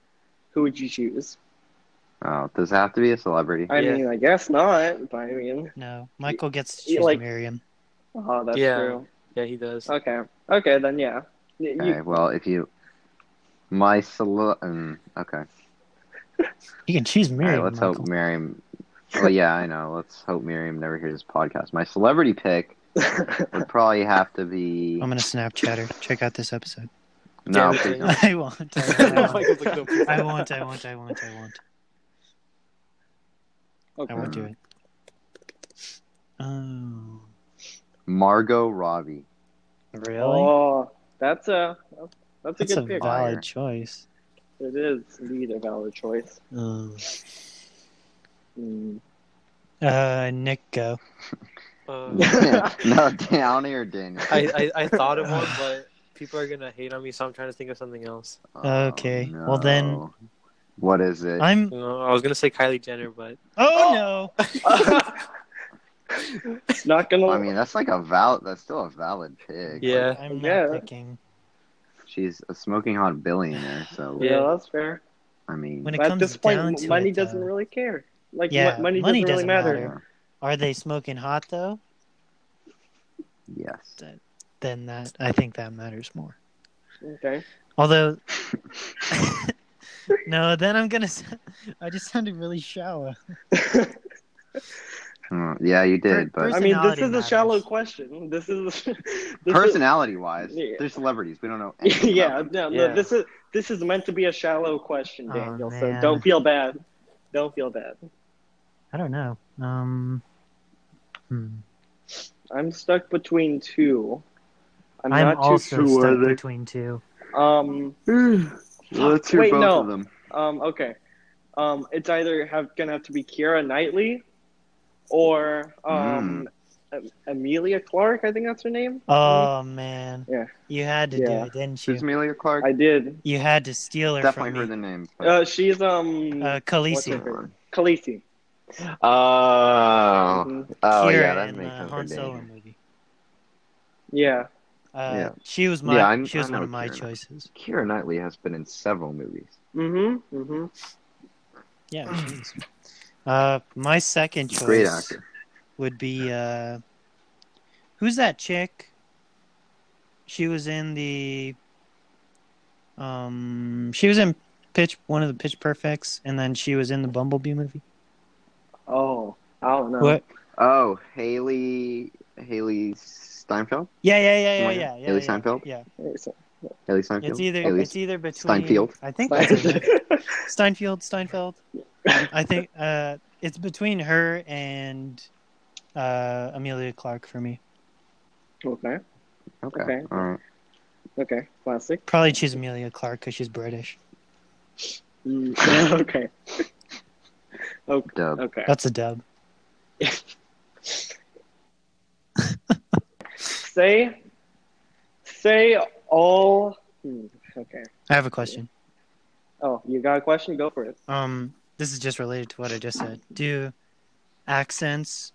Speaker 3: who would you choose?
Speaker 2: Oh, does it have to be a celebrity?
Speaker 3: I
Speaker 4: Yeah.
Speaker 3: mean, I guess not, but I mean,
Speaker 1: No, Michael gets to
Speaker 3: You
Speaker 1: choose
Speaker 3: like-
Speaker 1: Miriam.
Speaker 3: oh, that's
Speaker 4: Yeah.
Speaker 3: true.
Speaker 4: Yeah, he does.
Speaker 3: Okay, okay, then yeah, Y- you-
Speaker 2: Okay. Well, if you my cele um, okay.
Speaker 1: You can choose
Speaker 2: All
Speaker 1: Miriam.
Speaker 2: right. Let's
Speaker 1: Michael.
Speaker 2: hope Miriam. Well, yeah, I know. Let's hope Miriam never hears this podcast. My celebrity pick would probably have to be.
Speaker 1: I'm gonna Snapchat her. Check out this episode.
Speaker 2: No,
Speaker 4: Yeah,
Speaker 2: please
Speaker 4: yeah.
Speaker 2: don't.
Speaker 1: I won't. I
Speaker 3: Oh
Speaker 1: won't.
Speaker 4: Michael's like, "No, please."
Speaker 1: I won't. I won't. I won't. I won't. I
Speaker 3: okay.
Speaker 1: won't do it. Oh.
Speaker 2: Margot Robbie.
Speaker 1: Really?
Speaker 3: Oh, that's a that's a
Speaker 1: That's a
Speaker 3: good pick.
Speaker 2: vibe.
Speaker 1: valid choice.
Speaker 3: It is indeed a valid choice.
Speaker 1: Um,
Speaker 3: Mm.
Speaker 1: uh, Nick, go.
Speaker 4: Um,
Speaker 2: no, Downey or Daniel.
Speaker 4: I, I I thought of one, but people are gonna hate on me, so I'm trying to think of something else.
Speaker 2: Oh,
Speaker 1: Okay, well then-
Speaker 2: no. What is it?
Speaker 1: I'm.
Speaker 4: You know, I was gonna say Kylie Jenner, but
Speaker 1: Oh no!
Speaker 3: Not gonna.
Speaker 2: I mean, that's like a val. That's still a valid pick.
Speaker 4: Yeah.
Speaker 1: I'm not
Speaker 3: Yeah.
Speaker 1: picking.
Speaker 2: she's a smoking hot billionaire. So
Speaker 3: yeah,
Speaker 4: Yeah.
Speaker 3: that's fair.
Speaker 2: I mean,
Speaker 1: When it
Speaker 3: But at
Speaker 1: comes
Speaker 3: this
Speaker 1: down
Speaker 3: point,
Speaker 1: to
Speaker 3: money
Speaker 1: it,
Speaker 3: doesn't
Speaker 1: though,
Speaker 3: really care. Like
Speaker 1: Yeah,
Speaker 3: mo- money,
Speaker 1: money
Speaker 3: doesn't really
Speaker 1: doesn't
Speaker 3: matter.
Speaker 1: matter. Are they smoking hot though?
Speaker 2: yes,
Speaker 1: Then that I think that matters more.
Speaker 3: Okay.
Speaker 1: Although, no, then I'm gonna. s- I just sounded really shallow.
Speaker 2: Mm, yeah, you did.
Speaker 1: Per-
Speaker 2: But
Speaker 3: I mean, this
Speaker 1: Personality
Speaker 3: is a
Speaker 1: matters.
Speaker 3: shallow question. This is this is-
Speaker 2: personality-wise,
Speaker 3: Yeah.
Speaker 2: they're celebrities. We don't know. anything
Speaker 3: yeah,
Speaker 2: about them.
Speaker 3: no,
Speaker 4: Yeah.
Speaker 3: no, this is this is meant to be a shallow question,
Speaker 1: Oh,
Speaker 3: Daniel. so
Speaker 1: man.
Speaker 3: don't feel bad. Don't feel bad.
Speaker 1: I don't know. Um, hmm.
Speaker 3: I'm stuck between two. I'm,
Speaker 1: I'm,
Speaker 3: not
Speaker 1: also
Speaker 3: too
Speaker 2: sure,
Speaker 1: stuck
Speaker 2: are they?
Speaker 1: between two.
Speaker 3: sure. Um,
Speaker 2: Let's hear
Speaker 3: Wait,
Speaker 2: both
Speaker 3: no.
Speaker 2: of them.
Speaker 3: um, okay. Um, it's either have gonna have to be Kira Knightley, or um, Em- Amelia Clark. I think that's her name.
Speaker 1: Oh man,
Speaker 3: Yeah.
Speaker 1: you had to
Speaker 3: Yeah.
Speaker 1: do it, didn't you?
Speaker 2: She's Amelia Clark.
Speaker 3: I did.
Speaker 1: You had to steal her
Speaker 2: Definitely Oh,
Speaker 1: from me.
Speaker 2: heard the name. but-
Speaker 3: Uh, she's um
Speaker 1: Uh,
Speaker 3: what's her
Speaker 1: Khaleesi.
Speaker 3: name? Khaleesi.
Speaker 2: Oh,
Speaker 3: Mhm.
Speaker 2: oh
Speaker 1: uh, Kira
Speaker 2: yeah, that
Speaker 1: in
Speaker 2: makes
Speaker 1: the
Speaker 2: sense.
Speaker 1: Han
Speaker 2: for
Speaker 1: Solo
Speaker 2: Daniel.
Speaker 1: movie.
Speaker 3: Yeah.
Speaker 1: Uh,
Speaker 2: Yeah.
Speaker 1: She was my.
Speaker 2: Yeah, I'm-
Speaker 1: she was
Speaker 2: I
Speaker 1: one
Speaker 2: know
Speaker 1: of my
Speaker 2: Keira.
Speaker 1: choices.
Speaker 2: Kira Knightley has been in several movies.
Speaker 3: Mm-hmm. Mm-hmm.
Speaker 1: Yeah. she was. Uh, my second choice
Speaker 2: Great actor.
Speaker 1: would be uh, who's that chick? She was in the. Um, she was in Pitch one of the Pitch Perfects, and then she was in the Bumblebee movie.
Speaker 3: Oh, I don't know.
Speaker 1: What?
Speaker 2: Oh, Haley Haley Steinfeld.
Speaker 1: Yeah, yeah, yeah, yeah,
Speaker 2: Am I-
Speaker 1: yeah. yeah,
Speaker 2: Haley
Speaker 1: yeah,
Speaker 2: Steinfeld?
Speaker 1: Yeah,
Speaker 2: Haley Steinfeld.
Speaker 1: it's either
Speaker 2: Haley
Speaker 1: it's either between
Speaker 2: Steinfeld?
Speaker 1: I think that's her name.
Speaker 3: But-
Speaker 1: Steinfeld, Steinfeld. I think uh, it's between her and uh, Amelia Clark for me.
Speaker 3: okay.
Speaker 2: Okay.
Speaker 3: Okay.
Speaker 2: All right.
Speaker 3: Okay. Classic.
Speaker 1: Probably choose Amelia Clark because she's British.
Speaker 3: Mm, okay.
Speaker 2: Dub.
Speaker 3: Okay.
Speaker 1: That's a dub.
Speaker 3: Say, say all. hmm, Okay.
Speaker 1: I have a question.
Speaker 3: Oh, you got a question? Go for it.
Speaker 1: Um, this is just related to what I just said. Do accents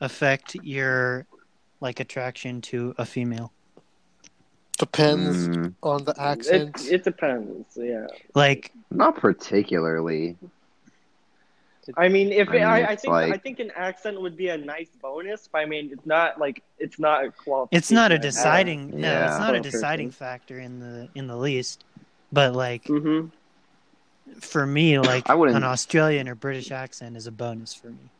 Speaker 1: affect your like attraction to a female?
Speaker 4: depends
Speaker 2: Mm,
Speaker 4: on the
Speaker 3: It,
Speaker 4: accent.
Speaker 3: it depends. Yeah.
Speaker 1: Like,
Speaker 2: not particularly.
Speaker 3: I mean, if
Speaker 2: I
Speaker 3: I,
Speaker 2: mean,
Speaker 3: I,
Speaker 2: it's
Speaker 3: think I
Speaker 2: like-
Speaker 3: think an accent would be a nice bonus. But I mean, it's not like it's not a qualification.
Speaker 1: it's not a
Speaker 3: I guess.
Speaker 1: deciding. No,
Speaker 2: Yeah.
Speaker 1: it's not a deciding factor in the in the least. But like
Speaker 3: Mhm.
Speaker 1: for me, like
Speaker 2: Mm. I wouldn't-
Speaker 1: an Australian or British accent is a bonus for me.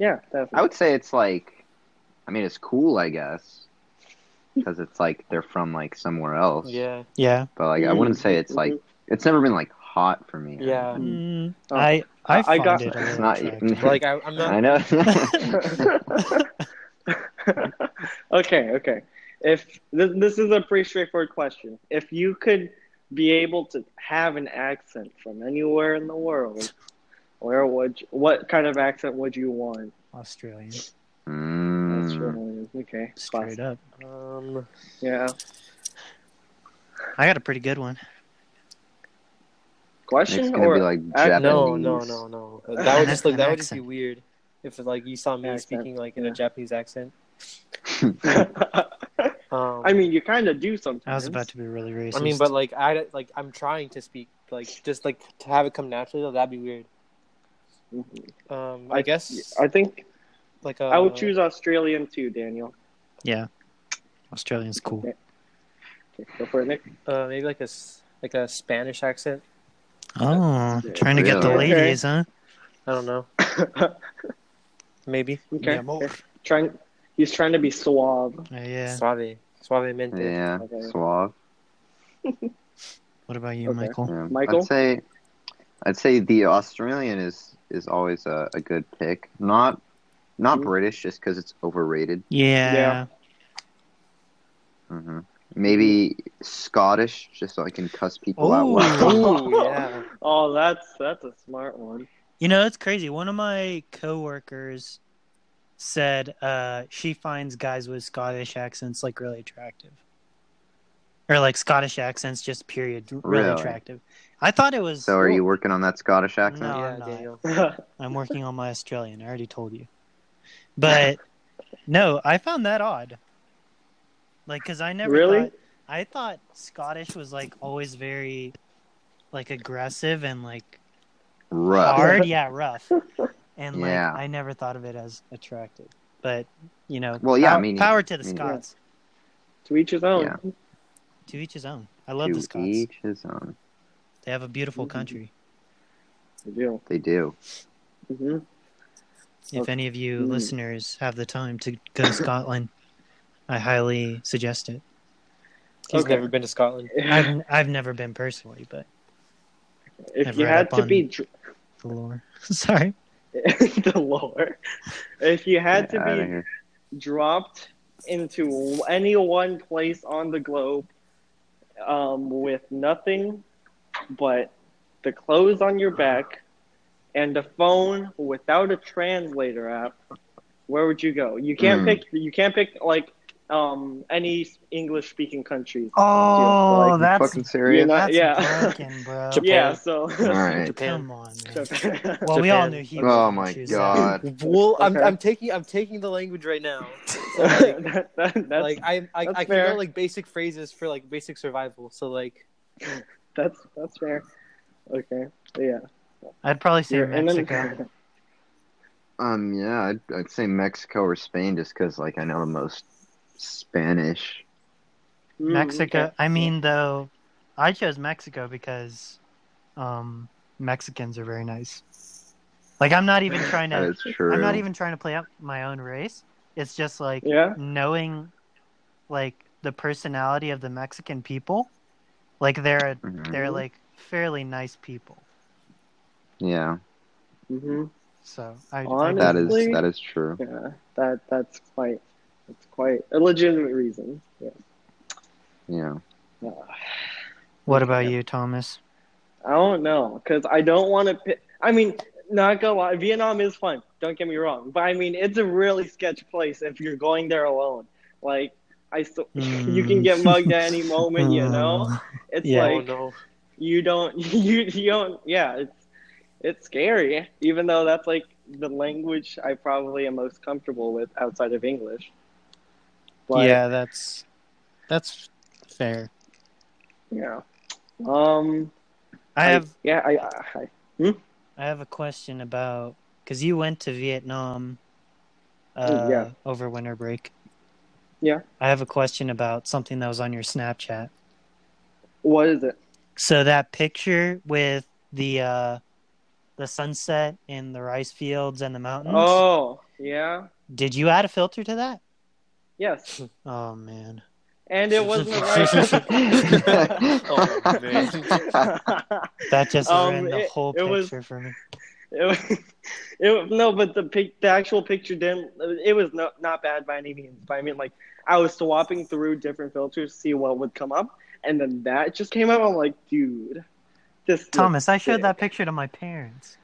Speaker 3: Yeah, definitely.
Speaker 2: I would say it's like, I mean, it's cool, I guess, because it's like they're from like somewhere else.
Speaker 4: yeah,
Speaker 1: Yeah.
Speaker 2: But like, I wouldn't say it's like
Speaker 3: Mm-hmm.
Speaker 2: it's never been like hot for me.
Speaker 4: yeah.
Speaker 1: Mm,
Speaker 3: Oh.
Speaker 1: I I,
Speaker 3: I
Speaker 1: find
Speaker 3: got-
Speaker 1: it
Speaker 2: It's
Speaker 1: a little
Speaker 2: not-
Speaker 1: attractive.
Speaker 4: Like I, I'm not.
Speaker 2: I know.
Speaker 3: okay, okay. If this, this is a pretty straightforward question, if you could be able to have an accent from anywhere in the world, where would you, what kind of accent would you want?
Speaker 1: Australian,
Speaker 2: Mm.
Speaker 3: That's really- okay.
Speaker 1: straight
Speaker 3: classic.
Speaker 1: up.
Speaker 4: Um,
Speaker 3: Yeah.
Speaker 1: I got a pretty good one.
Speaker 2: It's
Speaker 3: Question
Speaker 2: gonna
Speaker 3: or
Speaker 2: be like
Speaker 3: I-
Speaker 2: Japanese.
Speaker 4: no, no, no, no. That would just like
Speaker 1: An
Speaker 4: that would just be
Speaker 1: accent.
Speaker 4: weird if like you saw me
Speaker 3: Accent,
Speaker 4: speaking like in
Speaker 3: yeah.
Speaker 4: a Japanese accent. Um,
Speaker 3: I mean, you kind of do sometimes.
Speaker 1: I was about to be really racist.
Speaker 4: I mean, but like I like I'm trying to speak like just like to have it come naturally. Though, that'd be weird.
Speaker 3: Mhm.
Speaker 4: Um, I, guess
Speaker 3: I think
Speaker 4: like uh,
Speaker 3: I would choose Australian too, Daniel.
Speaker 1: yeah, Australian's cool.
Speaker 3: Okay, go for it, Nick.
Speaker 4: uh, maybe like a s- like a Spanish accent.
Speaker 1: Oh, trying to get the
Speaker 2: Really?
Speaker 1: ladies, huh?
Speaker 4: I don't know. Maybe
Speaker 3: Okay.
Speaker 1: Mi amor.
Speaker 3: okay. Trying, he's trying to be suave.
Speaker 1: Uh, yeah.
Speaker 4: suave, suavemente.
Speaker 2: Yeah,
Speaker 3: Okay.
Speaker 2: suave.
Speaker 1: What about you,
Speaker 3: Okay.
Speaker 1: Michael?
Speaker 2: Yeah.
Speaker 3: Michael?
Speaker 2: I'd say, I'd say the Australian is is always a, a good pick. Not, not
Speaker 3: Mhm.
Speaker 2: British, just because it's overrated.
Speaker 1: Yeah.
Speaker 3: Yeah. Mm-hmm.
Speaker 2: hmm Maybe Scottish, just so I can cuss people out.
Speaker 1: Ooh.
Speaker 2: loud.
Speaker 4: Oh yeah.
Speaker 3: Oh, that's that's a smart one.
Speaker 1: You know, it's crazy. One of my coworkers said uh, she finds guys with Scottish accents like really attractive, or like Scottish accents just period really,
Speaker 2: Really?
Speaker 1: attractive. I thought it was.
Speaker 2: So are you working on that Scottish accent?
Speaker 1: No,
Speaker 4: yeah,
Speaker 1: I'm not.
Speaker 4: Daniel.
Speaker 1: I'm working on my Australian. I already told you, but no, I found that odd. Like, cause I never
Speaker 3: Really?
Speaker 1: thought- I thought Scottish was like always very, like aggressive and like Mm.
Speaker 2: Rough.
Speaker 1: hard, yeah, rough. And like
Speaker 2: Yeah.
Speaker 1: I never thought of it as attractive. But you know,
Speaker 2: Well, yeah, I
Speaker 1: power,
Speaker 2: mean-
Speaker 1: power to the
Speaker 2: I mean-
Speaker 1: Scots.
Speaker 3: to each his own.
Speaker 2: Yeah.
Speaker 1: To each his own. I love
Speaker 2: to
Speaker 1: the Scots.
Speaker 2: each Mm-hmm. his own.
Speaker 1: They have a beautiful
Speaker 3: Mhm.
Speaker 1: country.
Speaker 3: I do.
Speaker 2: They do.
Speaker 3: hmm
Speaker 1: If any of you
Speaker 2: mm-hmm.
Speaker 3: Mm.
Speaker 1: listeners have the time to go to Scotland, I highly suggest it.
Speaker 4: He's
Speaker 3: Okay.
Speaker 4: never been to Scotland.
Speaker 1: I've I've never been personally, but
Speaker 3: if
Speaker 1: I've
Speaker 3: you
Speaker 1: read
Speaker 3: had
Speaker 1: up
Speaker 3: to
Speaker 1: on-
Speaker 3: be dr-
Speaker 1: the lore. Sorry.
Speaker 3: the lore, if you had
Speaker 2: Get outta
Speaker 3: to
Speaker 2: here.
Speaker 3: be dropped into any one place on the globe um, with nothing but the clothes on your back and a phone without a translator app, where would you go? You can't
Speaker 2: Hmm.
Speaker 3: pick. You can't pick like um, any English speaking countries.
Speaker 1: Oh,
Speaker 3: like,
Speaker 1: that's
Speaker 2: Fucking serious.
Speaker 3: you know-
Speaker 1: that's
Speaker 3: yeah.
Speaker 1: broken, bro.
Speaker 4: Japan.
Speaker 3: Yeah, so.
Speaker 2: All right.
Speaker 1: Come on, man.
Speaker 3: so-
Speaker 1: Well, we all
Speaker 4: Japan.
Speaker 1: knew he.
Speaker 2: Oh
Speaker 1: wouldn't
Speaker 2: my
Speaker 1: choose that.
Speaker 2: god.
Speaker 4: Well, I'm,
Speaker 3: Okay.
Speaker 4: I'm taking I'm taking the language right now. So, like,
Speaker 3: that, that, that's,
Speaker 4: like I I,
Speaker 3: that's
Speaker 4: I can know
Speaker 3: fair.
Speaker 4: like basic phrases for like basic survival. So like
Speaker 3: that's that's fair. Okay. Yeah.
Speaker 1: I'd probably say
Speaker 3: You're- and then-
Speaker 1: Mexico.
Speaker 2: Um, yeah, I'd, I'd say Mexico or Spain just because, like, I know the most Spanish.
Speaker 3: Mm,
Speaker 1: Mexico.
Speaker 3: okay.
Speaker 1: I mean, though, I chose Mexico because um, Mexicans are very nice. Like, I'm not even trying
Speaker 2: That
Speaker 1: to.
Speaker 2: is true.
Speaker 1: I'm not even trying to play up my own race. It's just like
Speaker 3: Yeah.
Speaker 1: knowing, like the personality of the Mexican people. Like they're
Speaker 2: Mhm.
Speaker 1: they're
Speaker 3: Mhm.
Speaker 1: like fairly nice people.
Speaker 2: Yeah,
Speaker 3: hmm
Speaker 1: So I, I
Speaker 3: Honest-
Speaker 2: that is
Speaker 3: Honestly?
Speaker 2: that is true.
Speaker 3: Yeah. That that's quite that's quite a legitimate reason. Yeah. Uh,
Speaker 2: Yeah.
Speaker 1: what about you, Thomas?
Speaker 3: I don't know because I don't want to. Pick, I mean, not gonna lie, Vietnam is fun. Don't get me wrong, but I mean, it's a really sketch place if you're going there alone. Like, I still, you
Speaker 1: Mm.
Speaker 3: can get mugged at any moment. You know, it's
Speaker 1: Yeah.
Speaker 3: like
Speaker 4: oh
Speaker 3: you don't you, you don't yeah it's it's scary even though that's like the language i probably am most comfortable with outside of english but yeah
Speaker 1: yeah, that's that's fair.
Speaker 3: yeah um
Speaker 1: I have
Speaker 3: yeah i, I, I
Speaker 1: I have a question about because you went to Vietnam uh,
Speaker 3: Mm, yeah.
Speaker 1: over winter break.
Speaker 3: Yeah.
Speaker 1: I have a question about something that was on your Snapchat.
Speaker 3: what is it
Speaker 1: So that picture with the uh, the sunset and the rice fields and the mountains.
Speaker 3: oh yeah
Speaker 1: Did you add a filter to that?
Speaker 3: yes
Speaker 1: Oh man.
Speaker 3: and it wasn't right
Speaker 4: Oh,
Speaker 1: That just
Speaker 3: Um,
Speaker 1: ruined the
Speaker 3: it-
Speaker 1: whole
Speaker 3: it
Speaker 1: picture
Speaker 3: was-
Speaker 1: for me.
Speaker 3: it, was- it was- no but the pic the actual picture didn't it was no, not bad by any means but i mean like i was swapping through different filters to see what would come up and then that just came up i'm like dude this
Speaker 1: Thomas, I
Speaker 3: sick.
Speaker 1: showed that picture to my parents.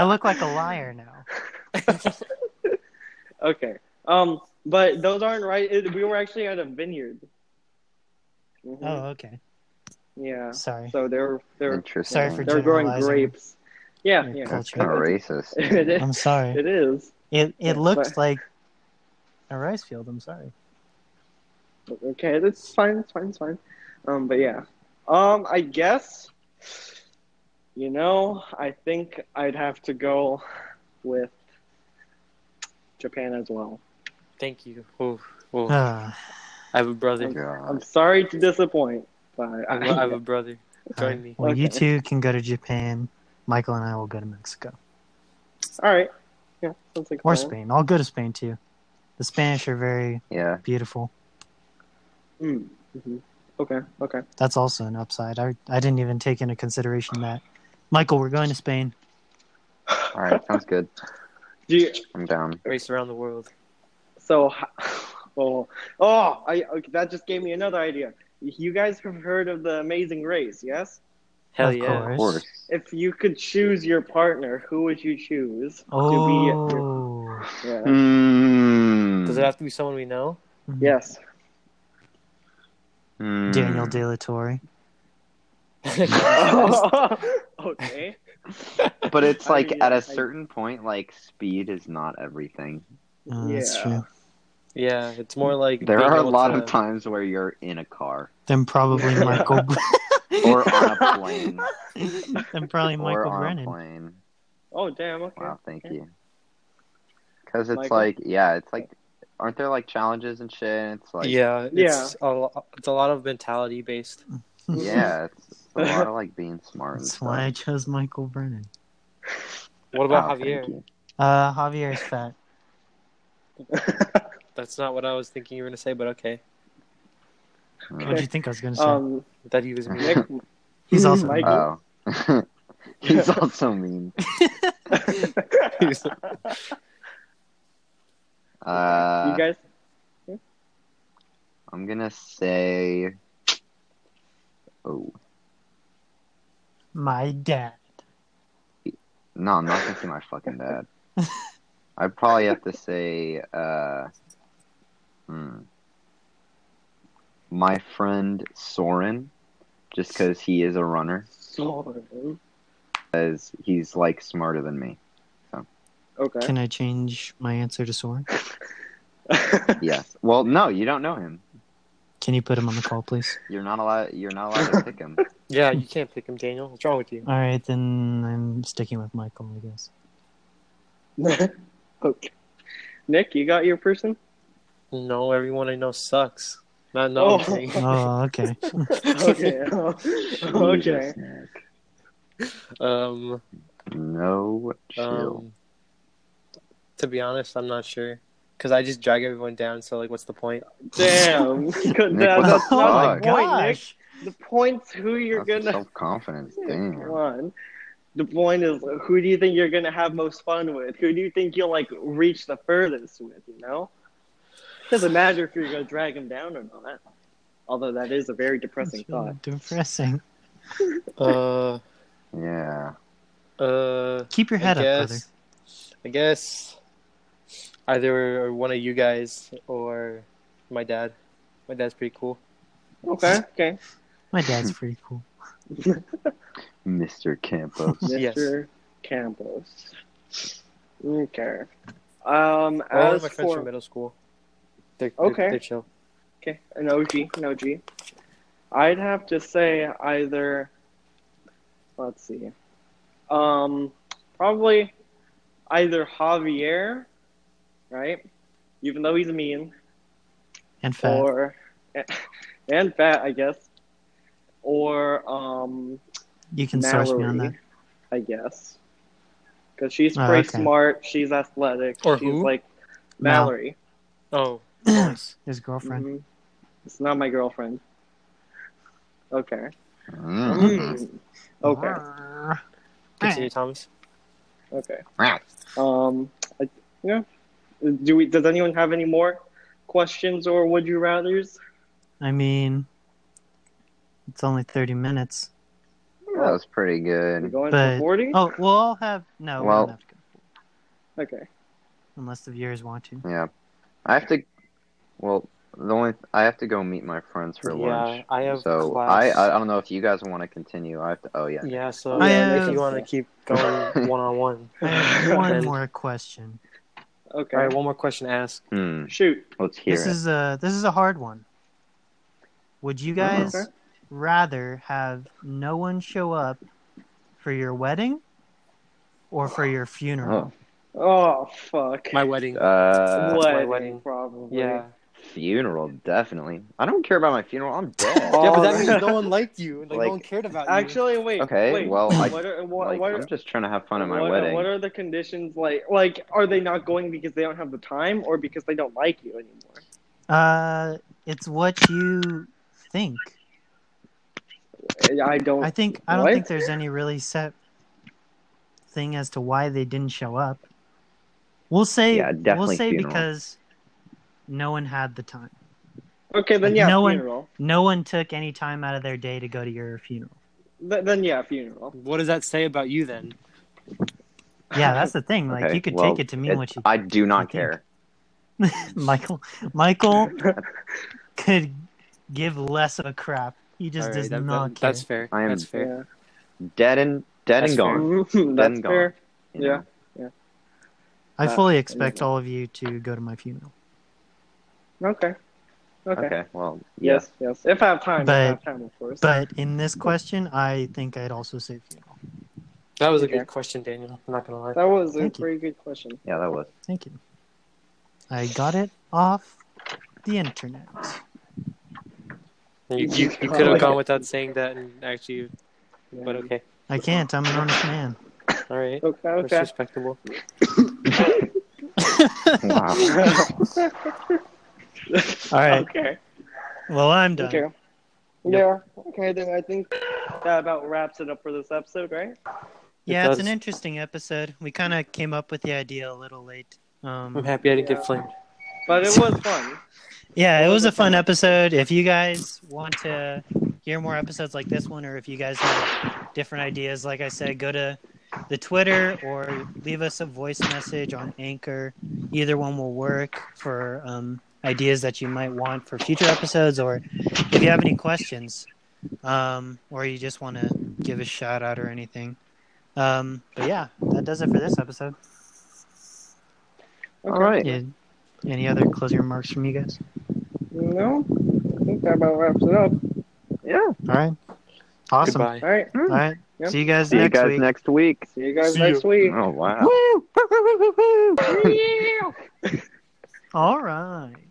Speaker 1: I look like a liar now.
Speaker 3: okay um but those aren't right it, we were actually at a vineyard Mhm.
Speaker 1: Oh, okay.
Speaker 3: yeah
Speaker 1: Sorry.
Speaker 3: so they're they're
Speaker 2: Interesting.
Speaker 1: Sorry for-
Speaker 3: they're growing
Speaker 1: generalizing.
Speaker 3: grapes yeah
Speaker 1: Your
Speaker 3: yeah
Speaker 2: That's kind of racist.
Speaker 3: it is
Speaker 1: I'm sorry.
Speaker 3: it is
Speaker 1: It it
Speaker 3: Yeah,
Speaker 1: looked
Speaker 3: but-
Speaker 1: like a rice field. I'm sorry.
Speaker 3: Okay, that's fine. It's fine. It's fine. Um, but yeah. Um, I guess. You know, I think I'd have to go with Japan as well.
Speaker 4: Thank you. Ooh, ooh. I
Speaker 1: Ah,
Speaker 4: have a brother.
Speaker 3: I'm
Speaker 2: God.
Speaker 3: sorry to disappoint, but
Speaker 4: I have, I have a brother. Join me.
Speaker 1: well, you
Speaker 3: Okay.
Speaker 1: two can go to Japan. Michael and I will go to Mexico
Speaker 3: all right. Yeah, sounds like a
Speaker 1: or
Speaker 3: plan.
Speaker 1: Spain. I'll go to Spain too. The Spanish are very
Speaker 2: Yeah.
Speaker 1: beautiful.
Speaker 3: Mm, mhm. Okay. Okay.
Speaker 1: That's also an upside. I I didn't even take into consideration that. Michael, we're going to Spain.
Speaker 2: All right. Sounds good.
Speaker 3: Do you,
Speaker 2: I'm down.
Speaker 4: Race around the world.
Speaker 3: so. h- Oh, oh, I okay, that just gave me another idea. You guys have heard of the Amazing Race, yes?
Speaker 4: Hell
Speaker 1: Of
Speaker 4: yeah.
Speaker 2: Of course.
Speaker 3: If you could choose your partner, who would you choose to be? Your,
Speaker 1: Oh.
Speaker 3: yeah.
Speaker 2: Mm.
Speaker 3: Hmm.
Speaker 4: Does it have to be someone we know?
Speaker 3: Yes.
Speaker 2: Mm.
Speaker 1: Daniel De La Torre.
Speaker 3: okay.
Speaker 2: But it's
Speaker 3: I-
Speaker 2: like at
Speaker 3: I-
Speaker 2: a certain point, like speed is not everything.
Speaker 1: Oh, That's
Speaker 3: Yeah.
Speaker 1: true.
Speaker 4: yeah, it's more like
Speaker 2: There
Speaker 4: being
Speaker 2: are a
Speaker 4: able
Speaker 2: lot
Speaker 4: to-
Speaker 2: of times where you're in a car
Speaker 1: Then probably Michael.
Speaker 2: or on a plane
Speaker 1: then probably
Speaker 2: or
Speaker 1: Michael
Speaker 2: on a
Speaker 1: Brennan.
Speaker 2: plane.
Speaker 3: Oh damn. Okay.
Speaker 2: Wow, thank you. Because it's
Speaker 3: Michael?
Speaker 2: like, yeah, it's like, aren't there like challenges and shit? And It's like,
Speaker 4: yeah,
Speaker 3: Yeah.
Speaker 4: it's a lo- it's a lot of mentality based.
Speaker 2: yeah, it's, it's a lot of like being smart. And
Speaker 1: That's
Speaker 2: stuff.
Speaker 1: why I chose Michael Brennan.
Speaker 4: What about
Speaker 2: Wow, Oh, thank
Speaker 4: Javier?
Speaker 2: you.
Speaker 1: Uh, Javier's fat.
Speaker 4: That's not what I was thinking you were gonna say, but okay,
Speaker 2: Mm.
Speaker 1: What do you think I was going to say?
Speaker 3: Um,
Speaker 4: that he was mean.
Speaker 3: Nick,
Speaker 1: He's Uh, also
Speaker 3: Mike-
Speaker 2: Oh, he's also mean.
Speaker 4: He
Speaker 3: you
Speaker 4: was-
Speaker 2: Uh,
Speaker 3: guys.
Speaker 2: I'm gonna say, oh
Speaker 1: my dad.
Speaker 2: no, I'm not gonna say my fucking dad. I'd probably have to say, uh, hmm, my friend Soren, just because he is a runner,
Speaker 3: Sorry.
Speaker 2: as he's like smarter than me.
Speaker 3: Okay.
Speaker 1: Can I change my answer to Soren?
Speaker 2: Yes. Well, no, you don't know him.
Speaker 1: Can you put him on the call, please?
Speaker 2: You're not allowed. You're not allowed to pick him.
Speaker 4: yeah, you can't pick him, Daniel. What's wrong with you?
Speaker 1: All right, then I'm sticking with Michael, I guess.
Speaker 3: okay. Nick, you got your person?
Speaker 4: No, everyone I know sucks. Not no. I'm
Speaker 3: Oh.
Speaker 4: kidding.
Speaker 1: Oh, okay.
Speaker 3: Okay. okay.
Speaker 2: Jesus, Nick.
Speaker 4: Um,
Speaker 2: No chill.
Speaker 4: um, to be honest, I'm not sure because I just drag everyone down. So like, what's the point?
Speaker 3: Damn. Good-
Speaker 2: Nick,
Speaker 3: that-
Speaker 2: what
Speaker 3: that's
Speaker 2: the
Speaker 3: not the
Speaker 2: fuck?
Speaker 1: Oh
Speaker 3: point, Nick. The point's who you're
Speaker 2: That's
Speaker 3: gonna
Speaker 2: self confidence.
Speaker 3: Come
Speaker 2: Damn.
Speaker 3: on. The point is, who do you think you're gonna have most fun with? Who do you think you'll like reach the furthest with? You know, doesn't matter if you're gonna drag them down or not. Although that is a very depressing
Speaker 1: That's really
Speaker 3: thought.
Speaker 1: Depressing.
Speaker 4: Uh,
Speaker 2: Yeah.
Speaker 4: uh,
Speaker 1: Keep your
Speaker 4: I
Speaker 1: head up, brother.
Speaker 4: guess. I guess either one of you guys or my dad. My dad's pretty cool.
Speaker 3: Okay, okay,
Speaker 1: My dad's pretty cool.
Speaker 2: Mr. Campos.
Speaker 4: Yes.
Speaker 3: Mr. Campos. Okay. Um,
Speaker 4: All of
Speaker 3: as
Speaker 4: my friends from
Speaker 3: for
Speaker 4: middle school. They're,
Speaker 3: Okay.
Speaker 4: They're, they're chill.
Speaker 3: okay, an OG, an OG. I'd have to say either. Let's see. Um, probably either Javier, right? Even though he's mean,
Speaker 1: And fat.
Speaker 3: or and fat, I guess, or um,
Speaker 1: you can source me on that.
Speaker 3: Mallory, I guess, because she's
Speaker 1: Oh,
Speaker 3: pretty
Speaker 1: okay.
Speaker 3: smart. She's athletic.
Speaker 4: Or
Speaker 3: she's
Speaker 4: who?
Speaker 3: like
Speaker 1: Mal.
Speaker 3: Mallory.
Speaker 4: Oh, nice.
Speaker 1: His girlfriend.
Speaker 3: Mhm. It's not my girlfriend. Okay.
Speaker 2: Mm.
Speaker 3: Hmm. Mm-hmm. Okay.
Speaker 1: Arr.
Speaker 4: Continue, Thomas.
Speaker 3: Okay. Um, I, yeah. Do we? Does anyone have any more questions or would you rather's?
Speaker 1: I mean, it's only 30 minutes.
Speaker 2: That was pretty
Speaker 3: We're
Speaker 2: good.
Speaker 3: going
Speaker 1: But-
Speaker 3: for forty.
Speaker 1: Oh, we'll all have. No, we
Speaker 2: Well-
Speaker 1: don't have to go.
Speaker 3: Okay.
Speaker 1: Unless the viewers want to.
Speaker 2: Yeah. I have to. Well, the only I have to go meet my friends for
Speaker 4: Yeah,
Speaker 2: lunch.
Speaker 4: I have
Speaker 2: so
Speaker 4: class.
Speaker 2: I I don't know if you guys want to continue. I have to. Oh yeah.
Speaker 4: Yeah, so
Speaker 1: I
Speaker 4: if
Speaker 1: have-
Speaker 4: you want to keep going one on one.
Speaker 1: I have one
Speaker 4: And-
Speaker 1: more question.
Speaker 3: Okay.
Speaker 4: All right, one more question to ask.
Speaker 2: Hmm.
Speaker 3: Shoot.
Speaker 2: Let's hear
Speaker 1: this
Speaker 2: it.
Speaker 1: is a this is a hard one. Would you
Speaker 2: Uh-huh.
Speaker 1: guys
Speaker 3: Okay.
Speaker 1: rather have no one show up for your wedding or for your funeral?
Speaker 2: Oh.
Speaker 3: Oh fuck.
Speaker 4: My wedding.
Speaker 2: Uh,
Speaker 4: What?
Speaker 3: wedding,
Speaker 4: my wedding.
Speaker 3: probably.
Speaker 4: yeah.
Speaker 2: funeral definitely. I don't care about my funeral. I'm dead.
Speaker 4: Yeah, but
Speaker 3: Oh,
Speaker 4: that
Speaker 3: man.
Speaker 4: means no one liked you. Like,
Speaker 2: Like-
Speaker 4: no one cared about you.
Speaker 3: Actually, wait.
Speaker 2: Okay,
Speaker 3: Wait,
Speaker 2: well, I-
Speaker 3: what are what,
Speaker 2: Like,
Speaker 3: what are
Speaker 2: I'm just trying to have fun at my
Speaker 3: what,
Speaker 2: wedding.
Speaker 3: What are the conditions like? Like, are they not going because they don't have the time, or because they don't like you anymore?
Speaker 2: Oh.
Speaker 1: Uh it's what you think.
Speaker 3: I don't.
Speaker 1: I think I don't
Speaker 3: What?
Speaker 1: think there's any really set thing as to why they didn't show up. We'll say
Speaker 2: Yeah,
Speaker 1: we'll
Speaker 2: definitely
Speaker 1: say
Speaker 2: funeral.
Speaker 1: because no one had the time.
Speaker 3: Okay, then yeah,
Speaker 1: No one-
Speaker 3: funeral.
Speaker 1: No one took any time out of their day to go to your funeral.
Speaker 3: Th- then yeah, funeral.
Speaker 4: What does that say about you then?
Speaker 1: Yeah, that's the thing. Like
Speaker 2: Okay,
Speaker 1: you could
Speaker 2: well,
Speaker 1: take it to mean
Speaker 2: it-
Speaker 1: what you
Speaker 2: I do
Speaker 1: I
Speaker 2: not
Speaker 1: think.
Speaker 2: care.
Speaker 1: Michael Michael could give less of a crap. He just
Speaker 4: All
Speaker 1: does
Speaker 4: right, that-
Speaker 1: not
Speaker 4: that-
Speaker 1: care.
Speaker 4: That's fair.
Speaker 2: I am-
Speaker 4: That's fair.
Speaker 3: Yeah.
Speaker 2: Dead and dead
Speaker 4: That's
Speaker 2: and
Speaker 4: fair.
Speaker 2: gone.
Speaker 3: Mhm, That's
Speaker 2: Then gone.
Speaker 3: fair.
Speaker 2: you know?
Speaker 3: Yeah.
Speaker 1: I
Speaker 3: uh,
Speaker 1: fully expect
Speaker 3: yeah.
Speaker 1: all of you to go to my funeral.
Speaker 3: Okay. Okay.
Speaker 2: Okay. Well. Yes.
Speaker 3: Yes, yes. If I have time, if I
Speaker 1: But-
Speaker 3: have time, of course.
Speaker 1: But in this question, I think I'd also say funeral.
Speaker 4: That was a
Speaker 3: Okay.
Speaker 4: good question, Daniel. I'm not gonna lie.
Speaker 3: that was a
Speaker 1: Thank you.
Speaker 3: very good question.
Speaker 2: Yeah. That was.
Speaker 1: Thank you. I got it off the internet.
Speaker 4: You, you, you could have gone without saying that, and actually,
Speaker 3: Yeah.
Speaker 4: but okay,
Speaker 1: I can't. I'm an honest man.
Speaker 4: all right,
Speaker 3: Okay,
Speaker 4: that's
Speaker 3: okay.
Speaker 4: respectable.
Speaker 2: Wow.
Speaker 1: All right.
Speaker 3: Okay.
Speaker 1: Well, I'm done.
Speaker 3: Okay. Yeah. Okay, then I think that about wraps it up for this episode, right?
Speaker 1: Yeah,
Speaker 4: It
Speaker 1: it's an
Speaker 4: does.
Speaker 1: interesting episode. We kind of came up with the idea a little late.
Speaker 4: I'm
Speaker 1: Um,
Speaker 4: happy I didn't
Speaker 3: Yeah.
Speaker 4: get flamed.
Speaker 3: But it was fun.
Speaker 1: yeah, it was a fun episode. If you guys want to hear more episodes like this one, or if you guys have different ideas, like I said, go to the Twitter or leave us a voice message on Anchor. Either one will work for um, ideas that you might want for future episodes, or if you have any questions, um, or you just want to give a shout out or anything. Um, but yeah, that does it for this episode.
Speaker 3: Okay.
Speaker 2: All right.
Speaker 1: Yeah. Any other closing remarks from you guys?
Speaker 3: No, I think that about wraps it up.
Speaker 2: Yeah.
Speaker 1: All right. Awesome.
Speaker 4: Goodbye.
Speaker 3: All right.
Speaker 1: All right.
Speaker 3: Yep.
Speaker 1: See you guys
Speaker 2: See you
Speaker 1: next
Speaker 2: guys
Speaker 1: week.
Speaker 2: next week.
Speaker 3: See you guys
Speaker 4: See
Speaker 3: next week.
Speaker 2: Oh wow.
Speaker 1: All right.